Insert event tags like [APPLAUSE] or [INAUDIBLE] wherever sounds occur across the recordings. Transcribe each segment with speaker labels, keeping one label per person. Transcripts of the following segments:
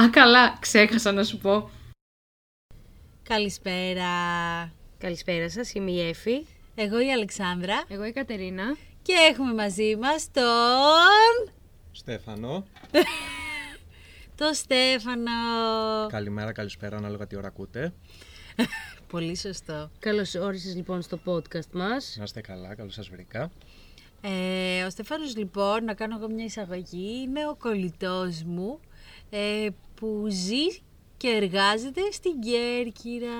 Speaker 1: Α, καλά, ξέχασα να σου πω.
Speaker 2: Καλησπέρα.
Speaker 1: Καλησπέρα σας, είμαι η Εφη.
Speaker 2: Εγώ η Αλεξάνδρα
Speaker 1: Εγώ η Κατερίνα.
Speaker 2: και έχουμε μαζί μας τον...
Speaker 3: Στέφανο.
Speaker 2: τον Στέφανο.
Speaker 3: Καλημέρα, καλησπέρα, ανάλογα τι ώρα ακούτε.
Speaker 2: Πολύ σωστό.
Speaker 1: Καλώς όρισες λοιπόν στο podcast μας.
Speaker 3: Να είστε καλά, καλώς σας βρήκα.
Speaker 2: Ε, ο Στέφανος λοιπόν, να κάνω εγώ μια εισαγωγή, είναι ο κολλητός μου ε, που ζει και εργάζεται στην Κέρκυρα.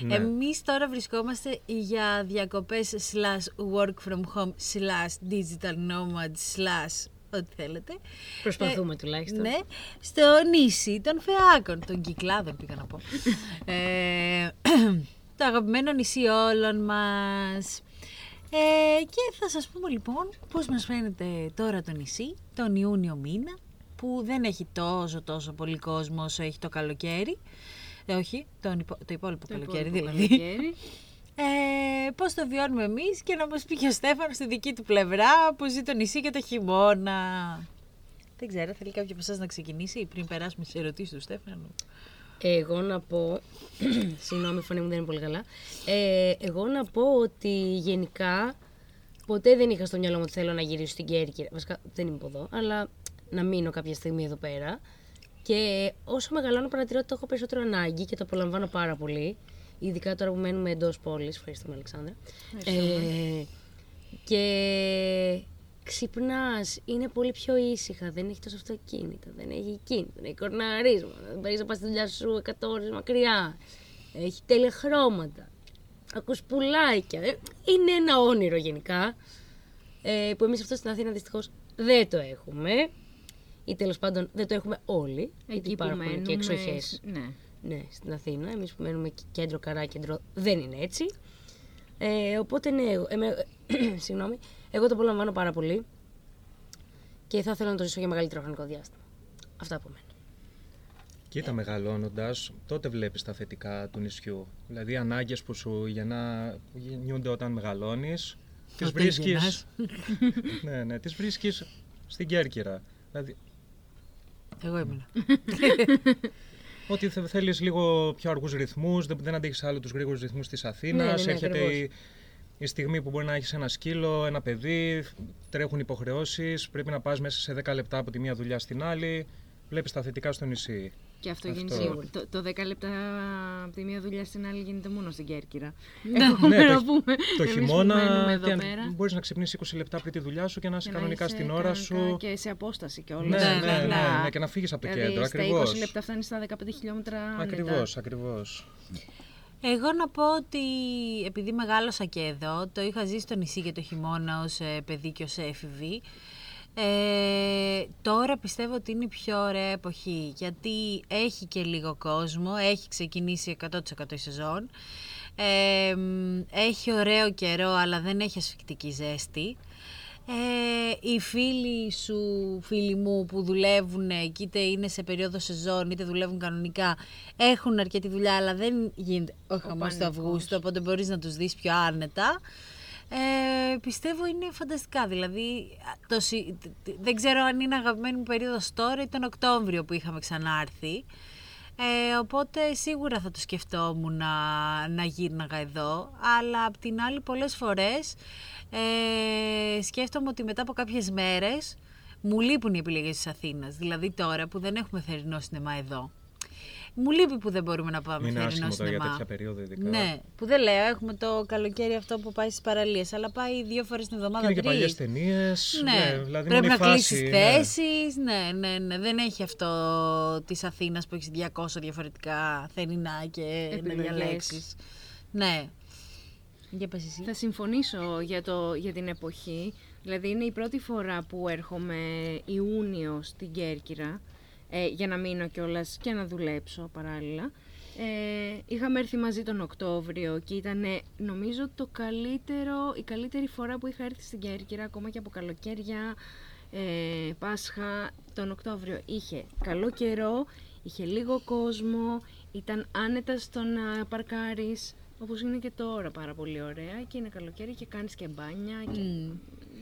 Speaker 3: Ναι.
Speaker 2: Εμείς τώρα βρισκόμαστε για διακοπές slash work from home slash digital nomad slash ό,τι θέλετε.
Speaker 1: Προσπαθούμε τουλάχιστον.
Speaker 2: Ναι, στο νησί των Φεάκων, των Κυκλάδων πήγα να πω. ε, [CLEARS THROAT] το αγαπημένο νησί όλων μας. Ε, και θα σας πούμε λοιπόν πώς μας φαίνεται τώρα το νησί, τον Ιούνιο μήνα, που δεν έχει τόσο τόσο πολύ κόσμο όσο έχει το καλοκαίρι. Ε, όχι, τον υπο- το υπόλοιπο καλοκαίρι δηλαδή.
Speaker 1: Καλοκαίρι.
Speaker 2: Ε, πώς το βιώνουμε εμείς και να μας πει και ο Στέφανος στη δική του πλευρά που ζει το νησί και το χειμώνα. Δεν ξέρω, θέλει κάποιο από εσάς να ξεκινήσει πριν περάσουμε στις ερωτήσεις του Στέφανου.
Speaker 4: Εγώ να πω. [CLEARS THROAT] Συγγνώμη, η φωνή μου δεν είναι πολύ καλά. Ε, εγώ να πω ότι γενικά ποτέ δεν είχα στο μυαλό μου ότι θέλω να γυρίσω στην Κέρκυρα. Βασικά δεν είμαι από εδώ, αλλά να μείνω κάποια στιγμή εδώ πέρα. Και όσο μεγαλώνω, παρατηρώ ότι το έχω περισσότερο ανάγκη και το απολαμβάνω πάρα πολύ. Ειδικά τώρα που μένουμε εντός πόλης. Ευχαριστούμε, Αλεξάνδρα. Ε, και ξυπνάς, είναι πολύ πιο ήσυχα. Δεν έχει τόσο αυτοκίνητα, δεν έχει κίνητο, δεν έχει κορναρίσμα. Δεν μπορείς να πας στη δουλειά σου 100 ώρες μακριά. Έχει τέλεια χρώματα. Ακούς πουλάκια. Ε, Είναι ένα όνειρο γενικά. Ε, που εμείς αυτό στην Αθήνα δυστυχώς δεν το έχουμε. Ή τέλος πάντων δεν το έχουμε όλοι. γιατί
Speaker 1: Εκεί που
Speaker 4: υπάρχουν
Speaker 1: μένουμε.
Speaker 4: και εξοχέ.
Speaker 1: Ναι.
Speaker 4: Ναι, στην Αθήνα. Εμείς που μένουμε κ- κέντρο, καρά, κέντρο, δεν είναι έτσι. Ε, οπότε ναι, εγώ, εμέ- [CLEARS THROAT] συγγνώμη, εγώ το απολαμβάνω πάρα πολύ και θα ήθελα να το ζήσω για μεγαλύτερο χρονικό διάστημα. Αυτά από μένα.
Speaker 3: Κοίτα, μεγαλώνοντας, τότε βλέπεις τα θετικά του νησιού. Δηλαδή, ανάγκες που σου γεννά, γεννιούνται όταν μεγαλώνεις, τις
Speaker 2: Όταν
Speaker 3: βρίσκεις...
Speaker 2: γεννάς.
Speaker 3: [LAUGHS] ναι, ναι, τις βρίσκεις στην Κέρκυρα. Δηλαδή,
Speaker 2: Εγώ ήμουνα.
Speaker 3: ότι θε- θέλεις λίγο πιο αργούς ρυθμούς, δεν, δεν αντέχεις άλλο τους γρήγορους ρυθμούς της Αθήνας,
Speaker 4: Ναι, ναι, ναι,
Speaker 3: έρχεται
Speaker 4: ακριβώς.
Speaker 3: η, η στιγμή που μπορεί να έχεις ένα σκύλο, ένα παιδί, τρέχουν υποχρεώσεις, πρέπει να πας μέσα σε 10 λεπτά από τη μία δουλειά στην άλλη, βλέπεις τα θετικά στο νησί.
Speaker 1: Και αυτό,
Speaker 3: Αυτό.
Speaker 1: γίνεται
Speaker 3: Σίγουρα.
Speaker 1: Το, το 10 λεπτά από τη μία δουλειά στην άλλη γίνεται μόνο στην Κέρκυρα.
Speaker 3: Ναι,
Speaker 1: Έχουμε να
Speaker 3: χι-
Speaker 1: πούμε.
Speaker 3: το
Speaker 1: εμείς που
Speaker 3: χειμώνα
Speaker 1: μένουμε εδώ
Speaker 3: τι αν-
Speaker 1: πέρα.
Speaker 3: μπορείς να ξυπνήσεις 20 λεπτά πριν τη δουλειά σου και να είσαι
Speaker 1: Και να
Speaker 3: κανονικά
Speaker 1: είσαι
Speaker 3: στην ώρα
Speaker 1: κανονικά
Speaker 3: σου.
Speaker 1: Και σε απόσταση και όλα.
Speaker 3: Ναι, ναι,
Speaker 2: Ναι,
Speaker 3: ναι,
Speaker 2: καλά.
Speaker 3: ναι, και να φύγεις από το
Speaker 1: δηλαδή,
Speaker 3: κέντρο,
Speaker 1: στα
Speaker 3: ακριβώς.
Speaker 1: 20 λεπτά φτάνεις στα 15 χιλιόμετρα. άνετα.
Speaker 3: Ακριβώς, ακριβώς.
Speaker 2: Εγώ να πω ότι επειδή μεγάλωσα και εδώ, το είχα ζήσει στο νησί και το χειμώνα ως ε, παιδί και ως έφηβη. Ε, τώρα πιστεύω ότι είναι η πιο ωραία εποχή γιατί έχει και λίγο κόσμο, έχει ξεκινήσει 100% η σεζόν ε, μ, έχει ωραίο καιρό αλλά δεν έχει ασφικτική ζέστη ε, οι φίλοι σου, φίλοι μου που δουλεύουν και είτε είναι σε περίοδο σεζόν είτε δουλεύουν κανονικά έχουν αρκετή δουλειά αλλά δεν γίνεται ο χαμός του Αυγούστου οπότε μπορείς να τους δεις πιο άνετα ε, πιστεύω είναι φανταστικά. Δηλαδή, α, το, συ- τ- τ- δεν ξέρω αν είναι αγαπημένη μου περίοδος τώρα ή τον Οκτώβριο που είχαμε ξανάρθει. Ε, οπότε σίγουρα θα το σκεφτόμουν να, να γύρναγα εδώ. Αλλά απ' την άλλη, πολλές φορές ε, σκέφτομαι ότι μετά από κάποιες μέρες μου λείπουν οι επιλογές της Αθήνας. Δηλαδή τώρα που δεν έχουμε θερινό σινεμά εδώ. Μου λείπει που δεν μπορούμε να πάμε
Speaker 3: Είναι
Speaker 2: θερινό
Speaker 3: άσχημο τώρα για
Speaker 2: σινεμά.
Speaker 3: τέτοια περίοδο ειδικά.
Speaker 2: Ναι, που δεν λέω, έχουμε το καλοκαίρι αυτό που πάει στις παραλίες, αλλά πάει δύο φορές την εβδομάδα.
Speaker 3: Και είναι και
Speaker 2: τρεις.
Speaker 3: παλιές ταινίες.
Speaker 2: Ναι,
Speaker 3: δηλαδή
Speaker 2: πρέπει
Speaker 3: μόνο
Speaker 2: να
Speaker 3: η φάση,
Speaker 2: κλείσει
Speaker 3: ναι.
Speaker 2: θέσεις. Ναι. ναι, ναι, Δεν έχει αυτό της Αθήνας που έχεις 200 διαφορετικά θερινά και
Speaker 1: Επιλογές.
Speaker 2: να διαλέξεις. Ναι. Για πες εσύ.
Speaker 1: Θα συμφωνήσω για, το, για την εποχή. Δηλαδή είναι η πρώτη φορά που έρχομαι Ιούνιο στην Κέρκυρα ε, για να μείνω κιόλας και να δουλέψω παράλληλα. Ε, είχαμε έρθει μαζί τον Οκτώβριο και ήταν νομίζω το καλύτερο, η καλύτερη φορά που είχα έρθει στην Κέρκυρα ακόμα και από καλοκαίρια, ε, Πάσχα. Τον Οκτώβριο είχε καλό καιρό, είχε λίγο κόσμο, ήταν άνετα στο να παρκάρεις όπως είναι και τώρα πάρα πολύ ωραία και είναι καλοκαίρι και κάνεις και μπάνια και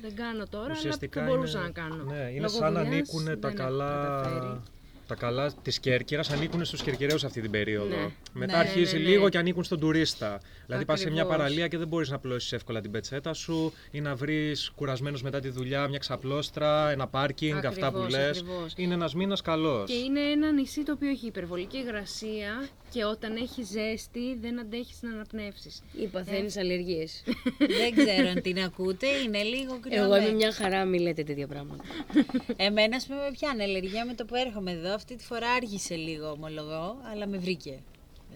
Speaker 1: δεν κάνω τώρα αλλά
Speaker 3: Ουσιαστικά
Speaker 1: που μπορούσα
Speaker 3: είναι-
Speaker 1: να κάνω.
Speaker 3: ναι, είναι
Speaker 1: Λόγω
Speaker 3: σαν να
Speaker 1: δουλειάς
Speaker 3: ανήκουν τα
Speaker 1: δεν έχω
Speaker 3: καλά-
Speaker 1: καταφέρει.
Speaker 3: Τα καλά της Κέρκυρας ανήκουν στους Κερκυραίους αυτή την περίοδο.
Speaker 1: Ναι.
Speaker 3: Μετά
Speaker 2: Ναι,
Speaker 3: αρχίζει
Speaker 1: ναι, ναι.
Speaker 3: λίγο και ανήκουν στον τουρίστα. Δηλαδή πας σε μια
Speaker 1: Ακριβώς.
Speaker 3: παραλία και δεν μπορείς να πλώσει εύκολα την πετσέτα σου ή να βρεις κουρασμένος μετά τη δουλειά μια ξαπλώστρα, ένα πάρκινγκ, αυτά που
Speaker 1: Ακριβώς,
Speaker 3: λες.
Speaker 1: ακριβώς.
Speaker 3: Είναι ένας μήνας καλός.
Speaker 1: Και είναι ένα νησί το οποίο έχει υπερβολική υγρασία και όταν έχει ζέστη δεν αντέχεις να αναπνεύσεις.
Speaker 4: Ή παθαίνεις αλλεργίες. [LAUGHS]
Speaker 2: Δεν ξέρω αν την ακούτε, είναι λίγο κρυό.
Speaker 4: Εγώ είμαι μια χαρά, μη λέτε τέτοια πράγματα.
Speaker 2: Εμένα, ας πούμε, με πιάνει αλλεργία με το που έρχομαι εδώ. Αυτή τη φορά άργησε λίγο, ομολογώ, αλλά με βρήκε.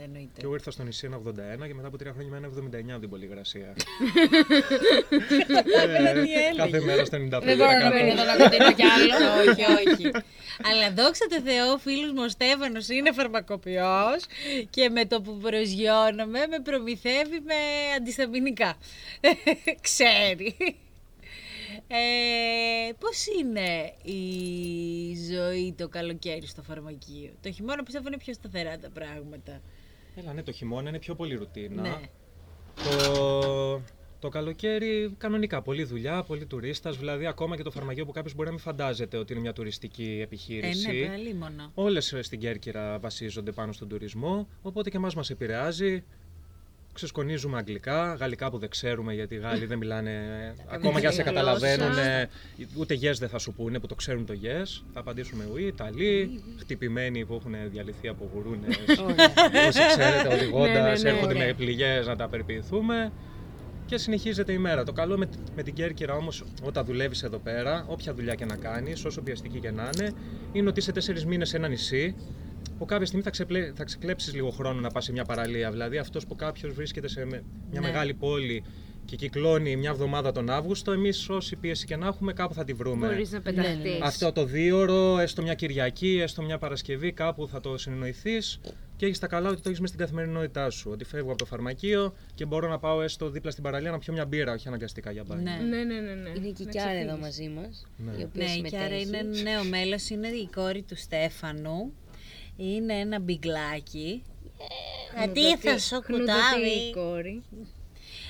Speaker 2: Εννοείται.
Speaker 3: Και εγώ ήρθα στο νησί ένα 81 και μετά από τρία χρόνια είμαι ένα 79 την πολυγρασία.
Speaker 2: [LAUGHS]
Speaker 3: ε, κάθε μέρα στο 95.
Speaker 4: Δεν μπορώ να
Speaker 3: κάτω.
Speaker 4: μένω εδώ να κοντίνω κι άλλο.
Speaker 2: όχι, [LAUGHS] όχι. Αλλά δόξα τω Θεώ, φίλους μου, ο Στέφανος είναι φαρμακοποιός και με το που προσγειώνομαι με προμηθεύει με αντισταμινικά. [LAUGHS] Ξέρεις. Ε, πώς είναι η ζωή το καλοκαίρι στο φαρμακείο. Το χειμώνα πιστεύω είναι πιο σταθερά τα πράγματα.
Speaker 3: Έλα, ναι, το χειμώνα είναι πιο πολύ ρουτίνα.
Speaker 2: Ναι.
Speaker 3: Το, το καλοκαίρι κανονικά. Πολλή δουλειά, πολλή τουρίστας. Δηλαδή, ακόμα και το φαρμακείο που κάποιος μπορεί να μην φαντάζεται ότι είναι μια τουριστική
Speaker 2: Ε, ναι,
Speaker 3: επιχείρηση.
Speaker 2: παραλίμωνα.
Speaker 3: Όλες ε, στην Κέρκυρα βασίζονται πάνω στον τουρισμό, οπότε και εμάς μας επηρεάζει. Ξεσκονίζουμε αγγλικά, γαλλικά που δεν ξέρουμε γιατί οι Γάλλοι δεν
Speaker 1: [LAUGHS]
Speaker 3: μιλάνε. ε, ακόμα και αν
Speaker 1: γλώσσα.
Speaker 3: σε καταλαβαίνουν, ούτε yes δεν θα σου πούνε που το ξέρουν το yes. Θα απαντήσουμε oui, Ιταλοί, χτυπημένοι που έχουν διαλυθεί από γουρούνες. Όσοι ξέρετε,
Speaker 1: [LAUGHS] Ναι, ναι,
Speaker 3: οδηγώντα,
Speaker 1: ναι,
Speaker 3: έρχονται
Speaker 1: ωραία.
Speaker 3: με πληγές να τα περιποιηθούμε. Και συνεχίζεται η μέρα. Το καλό με, με την Κέρκυρα όμως, όταν δουλεύεις εδώ πέρα, όποια δουλειά και να κάνεις, όσο πιαστική και να είναι, είναι ότι είσαι τέσσερις μήνες σε ένα νησί που κάποια στιγμή θα, ξεπλέ, θα ξεκλέψεις λίγο χρόνο να πας σε μια παραλία. Δηλαδή, αυτός που κάποιος βρίσκεται σε με- μια
Speaker 2: Ναι.
Speaker 3: μεγάλη πόλη και κυκλώνει μια εβδομάδα τον Αύγουστο, εμείς όση πίεση και να έχουμε, κάπου θα τη βρούμε.
Speaker 1: Μπορείς να πεταχτείς.
Speaker 4: Ναι, ναι, ναι.
Speaker 3: Αυτό το δίωρο, έστω μια Κυριακή, έστω μια Παρασκευή, κάπου θα το συνεννοηθείς και έχεις τα καλά ότι το έχεις μέσα στην καθημερινότητά σου. Ότι φεύγω από το φαρμακείο και μπορώ να πάω έστω δίπλα στην παραλία να πιω μια μπύρα, όχι αναγκαστικά για μπάνι.
Speaker 2: Ναι.
Speaker 1: Ναι, ναι, ναι. ναι.
Speaker 4: Είναι και η
Speaker 1: Να
Speaker 4: Κιάρα εδώ
Speaker 1: ξεφύγεις.
Speaker 4: μαζί μας.
Speaker 3: Ναι.
Speaker 4: Η οποία
Speaker 2: Ναι, η Κιάρα
Speaker 4: συμμετέχει.
Speaker 2: είναι νέο μέλος, είναι η κόρη του Στέφανου. Είναι ένα μπιγκλάκι. Αντίθεσο
Speaker 1: Κνούτατη η
Speaker 2: κουτάβι.
Speaker 1: κόρη.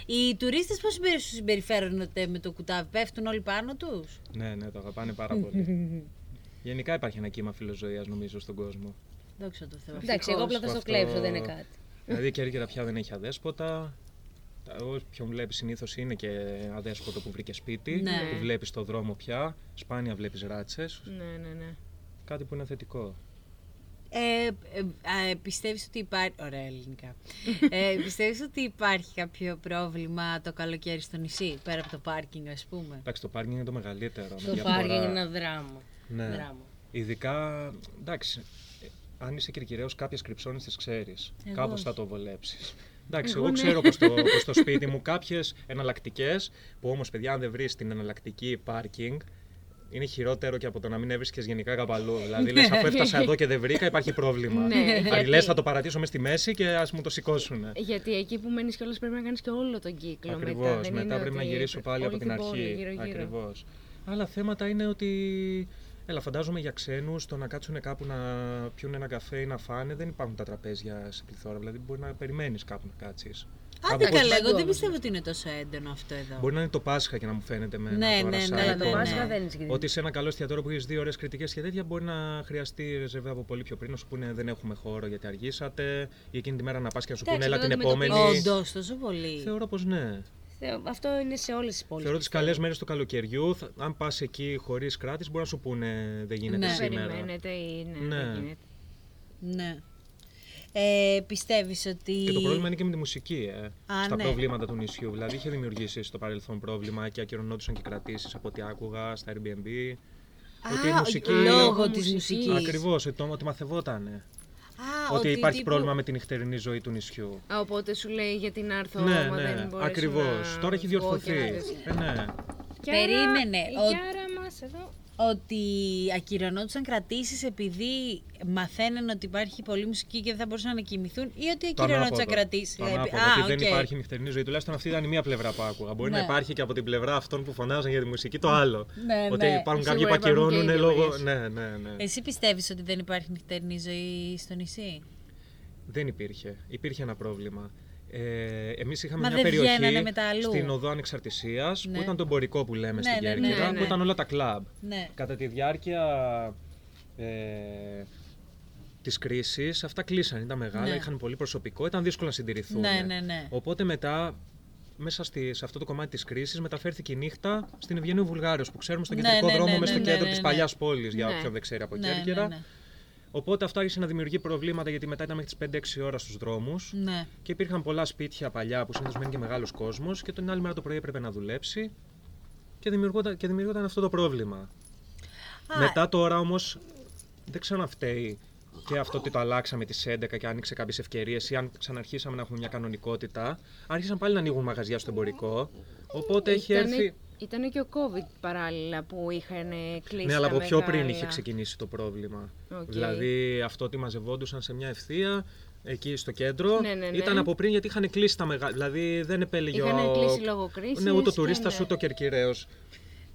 Speaker 2: Οι τουρίστες πώς συμπεριφέρουν- συμπεριφέρονται με το κουτάβι, πέφτουν όλοι πάνω τους.
Speaker 3: ναι, ναι, το αγαπάνε πάρα πολύ.
Speaker 4: [LAUGHS]
Speaker 3: Γενικά υπάρχει ένα κύμα φιλοζωίας, νομίζω, στον κόσμο.
Speaker 2: Δόξα τω Θεώ.
Speaker 4: Εντάξει, εγώ απλά θα
Speaker 3: Που
Speaker 4: στο
Speaker 3: αυτό-
Speaker 4: κλέψω, δεν είναι κάτι.
Speaker 3: Δηλαδή η Κέρκυρα πια δεν έχει αδέσποτα. Τα- Όποιον βλέπεις συνήθως είναι και αδέσποτο που βρήκε σπίτι,
Speaker 2: Ναι.
Speaker 3: που βλέπεις στο δρόμο πια. Σπάνια βλέπεις ράτσες.
Speaker 1: Ναι, ναι, ναι.
Speaker 3: Κάτι που είναι θετικό.
Speaker 2: Ε, ε, α, πιστεύεις ότι υπάρχει... Ωραία ελληνικά. ε, πιστεύεις ότι υπάρχει κάποιο πρόβλημα το καλοκαίρι στο νησί, πέρα από το πάρκινγκ ας πούμε.
Speaker 3: Εντάξει, το πάρκινγκ είναι το μεγαλύτερο. με
Speaker 4: Το
Speaker 3: διαφορά.
Speaker 4: πάρκινγκ είναι ένα δράμα.
Speaker 3: Ναι.
Speaker 4: Δράμα.
Speaker 3: Ειδικά, εντάξει, ε, αν είσαι κυρκυραίος, κάποιες κρυψώνε τις ξέρεις.
Speaker 2: Εγώ
Speaker 3: Κάπως
Speaker 2: όχι.
Speaker 3: θα το βολέψεις. Εντάξει, εγώ, ξέρω πως το, πως το σπίτι μου κάποιες εναλλακτικές, που όμως, παιδιά, αν δεν βρεις την εναλλακτική πάρκινγκ, είναι χειρότερο και από το να μην έβρισκες γενικά καπαλού. Δηλαδή, λες, αφού έφτασα εδώ και δεν βρήκα, υπάρχει πρόβλημα.
Speaker 1: Ναι,
Speaker 3: Δηλαδή,
Speaker 1: γιατί-
Speaker 3: λες, θα το παρατήσω μες στη μέση και ας μου το σηκώσουν.
Speaker 1: Γιατί εκεί που μένεις κιόλας πρέπει να κάνεις και όλο τον κύκλο.
Speaker 3: Ακριβώ.
Speaker 1: Μετά,
Speaker 3: Μετά,
Speaker 1: δεν είναι
Speaker 3: πρέπει να
Speaker 1: ότι
Speaker 3: γυρίσω πάλι από
Speaker 1: όλη
Speaker 3: την
Speaker 1: πόλη,
Speaker 3: αρχή.
Speaker 1: γύρω-γύρω.
Speaker 3: Ακριβώς. Άλλα θέματα είναι ότι. Έλα, φαντάζομαι για ξένους το να κάτσουν κάπου να πιούν ένα καφέ ή να φάνε δεν υπάρχουν τα τραπέζια σε πληθώρα. Δηλαδή μπορεί να περιμένεις κάπου να κάτσεις.
Speaker 2: Άντε καλά, εγώ δεν πιστεύω ότι είναι τόσο έντονο αυτό εδώ.
Speaker 3: Μπορεί να είναι το Πάσχα και να μου φαίνεται με
Speaker 2: Ναι, ναι,
Speaker 3: ένα τώρα
Speaker 2: ναι,
Speaker 3: σαν
Speaker 2: ναι,
Speaker 3: εικόνα.
Speaker 2: το Πάσχα
Speaker 4: δεν είναι συγκεκριμένο.
Speaker 3: Ότι σε ένα καλό εστιατόριο που έχεις δύο ώρε κριτικές και τέτοια μπορεί να χρειαστεί ρεζεβέ από πολύ πιο πριν να σου πούνε δεν έχουμε χώρο γιατί αργήσατε ή εκείνη τη μέρα να πας και να σου πούνε
Speaker 4: Εντάξει,
Speaker 3: έλα
Speaker 4: εδώ
Speaker 3: την επόμενη.
Speaker 4: αντιμετωπίζεις-
Speaker 2: Όντως, τόσο πολύ.
Speaker 3: Θεωρώ πως ναι.
Speaker 4: Θεω- Αυτό είναι σε όλες τις πόλεις.
Speaker 3: Θεωρώ τις καλές μέρες του καλοκαιριού, θα- αν πας εκεί χωρίς κράτης, μπορεί να σου πούνε δεν γίνεται
Speaker 2: Ναι.
Speaker 3: σήμερα.
Speaker 1: Περιμένετε ή ναι,
Speaker 3: Ναι.
Speaker 1: δεν γίνεται.
Speaker 2: Ναι. Ε, πιστεύεις ότι...
Speaker 3: Και το πρόβλημα είναι και με τη μουσική. Ε,
Speaker 2: Α,
Speaker 3: στα
Speaker 2: ναι.
Speaker 3: προβλήματα του νησιού. Δηλαδή, είχε δημιουργήσει στο παρελθόν πρόβλημα και ακυρωνόντουσαν και κρατήσεις από ό,τι άκουγα στα Airbnb. ότι η
Speaker 2: Α,
Speaker 3: μουσική-
Speaker 2: Λόγω της
Speaker 4: μουσικής.
Speaker 2: μουσικής.
Speaker 3: Ακριβώς, ότι, το- ότι μαθευότανε.
Speaker 2: Α,
Speaker 3: ότι υπάρχει
Speaker 2: τύπου-
Speaker 3: πρόβλημα με την νυχτερινή ζωή του νησιού.
Speaker 1: Α, οπότε σου λέει γιατί να έρθω
Speaker 3: ναι,
Speaker 1: άμα
Speaker 3: ναι,
Speaker 1: δεν μπορέσω
Speaker 3: ακριβώ.
Speaker 1: να
Speaker 3: Τώρα έχει
Speaker 1: βγω και να
Speaker 3: διορθωθεί.
Speaker 1: δεις.
Speaker 3: Ε, ναι.
Speaker 2: Περίμενε,
Speaker 1: Η
Speaker 2: ο-
Speaker 1: Κιάρα μας εδώ.
Speaker 2: Ότι ακυρωνόντουσαν κρατήσεις επειδή μαθαίναν ότι υπάρχει πολλή μουσική και δεν θα μπορούσαν να κοιμηθούν ή ότι
Speaker 3: Το
Speaker 2: ακυρωνόντουσαν
Speaker 3: ανάποδο.
Speaker 2: κρατήσεις.
Speaker 3: Το
Speaker 2: Δηλαδή,
Speaker 3: ανάποδο,
Speaker 2: α,
Speaker 3: ότι δεν
Speaker 2: οκ.
Speaker 3: υπάρχει νυχτερινή ζωή. Τουλάχιστον αυτή ήταν η μία πλευρά που άκουγα. Μπορεί
Speaker 2: Ναι.
Speaker 3: να υπάρχει και από την πλευρά αυτών που φωνάζαν για τη μουσική το άλλο.
Speaker 2: Ναι,
Speaker 3: ότι
Speaker 2: ναι.
Speaker 3: υπάρχουν
Speaker 1: Σίγουρα
Speaker 3: κάποιοι
Speaker 1: υπάρχουν και
Speaker 3: που
Speaker 1: οι
Speaker 3: ακυρώνουν
Speaker 1: δύο
Speaker 3: λόγω.
Speaker 1: βαριές.
Speaker 3: Ναι, ναι, ναι.
Speaker 2: Εσύ πιστεύεις ότι δεν υπάρχει νυχτερινή ζωή στο νησί.
Speaker 3: Δεν υπήρχε. Υπήρχε ένα πρόβλημα. Ε, εμείς είχαμε
Speaker 2: Μα
Speaker 3: μια
Speaker 2: δεν βγαίνανε
Speaker 3: περιοχή
Speaker 2: μετά αλλού.
Speaker 3: στην οδό Ανεξαρτησίας
Speaker 2: Ναι.
Speaker 3: που ήταν το εμπορικό που λέμε
Speaker 2: Ναι,
Speaker 3: στην
Speaker 2: ναι, ναι,
Speaker 3: Κέρκυρα,
Speaker 1: ναι,
Speaker 3: που
Speaker 1: ναι.
Speaker 3: ήταν όλα τα κλαμπ.
Speaker 2: Ναι.
Speaker 3: Κατά τη διάρκεια ε, της κρίσης, αυτά κλείσαν. Ήταν μεγάλα,
Speaker 2: Ναι.
Speaker 3: είχαν πολύ προσωπικό, ήταν δύσκολο να συντηρηθούν.
Speaker 2: Ναι, ναι, ναι.
Speaker 3: Οπότε μετά, μέσα στη, σε αυτό το κομμάτι της κρίσης, μεταφέρθηκε η νύχτα στην Ευγενή Βουλγάριος, που ξέρουμε στον
Speaker 2: Ναι,
Speaker 3: κεντρικό
Speaker 2: ναι,
Speaker 3: δρόμο,
Speaker 2: ναι,
Speaker 3: μέσα στο
Speaker 2: ναι,
Speaker 3: κέντρο
Speaker 2: ναι,
Speaker 3: της
Speaker 2: ναι.
Speaker 3: παλιάς πόλης, για
Speaker 1: Ναι.
Speaker 3: όποιον δεν ξέρει από
Speaker 2: Ναι, ναι,
Speaker 3: Κέρκυρα.
Speaker 2: ναι.
Speaker 3: Οπότε αυτό άρχισε να δημιουργεί προβλήματα, γιατί μετά ήταν μέχρι τις 5-6 ώρα στους δρόμους.
Speaker 2: Ναι.
Speaker 3: Και υπήρχαν πολλά σπίτια παλιά που συνήθως μένει και μεγάλος κόσμος και την άλλη μέρα το πρωί έπρεπε να δουλέψει και δημιουργόταν, και δημιουργόταν αυτό το πρόβλημα.
Speaker 2: Α,
Speaker 3: Μετά τώρα όμως δεν ξαναφταίει και αυτό ότι το αλλάξαμε τις 11 και άνοιξε κάποιες ευκαιρίες ή αν ξαναρχίσαμε να έχουμε μια κανονικότητα. Άρχισαν πάλι να ανοίγουν μαγαζιά στο εμπορικό. Οπότε έχει έρθει.
Speaker 1: Ήταν και ο COVID παράλληλα που είχαν ε, κλείσει.
Speaker 3: Ναι, αλλά
Speaker 1: τα
Speaker 3: από πιο πριν
Speaker 1: μεγάλα.
Speaker 3: είχε ξεκινήσει το πρόβλημα.
Speaker 1: Οκ.
Speaker 3: Δηλαδή αυτό ότι μαζευόντουσαν σε μια ευθεία εκεί στο κέντρο
Speaker 1: Ναι, ναι, ναι.
Speaker 3: ήταν από πριν γιατί είχαν κλείσει τα μεγάλα. Δηλαδή δεν επέλεγε ο.
Speaker 1: Είχαν κλείσει λόγω κρίσης
Speaker 3: Ναι, ούτε ο
Speaker 1: και
Speaker 3: τουρίστας
Speaker 1: ναι.
Speaker 3: ούτε ο κερκυραίος.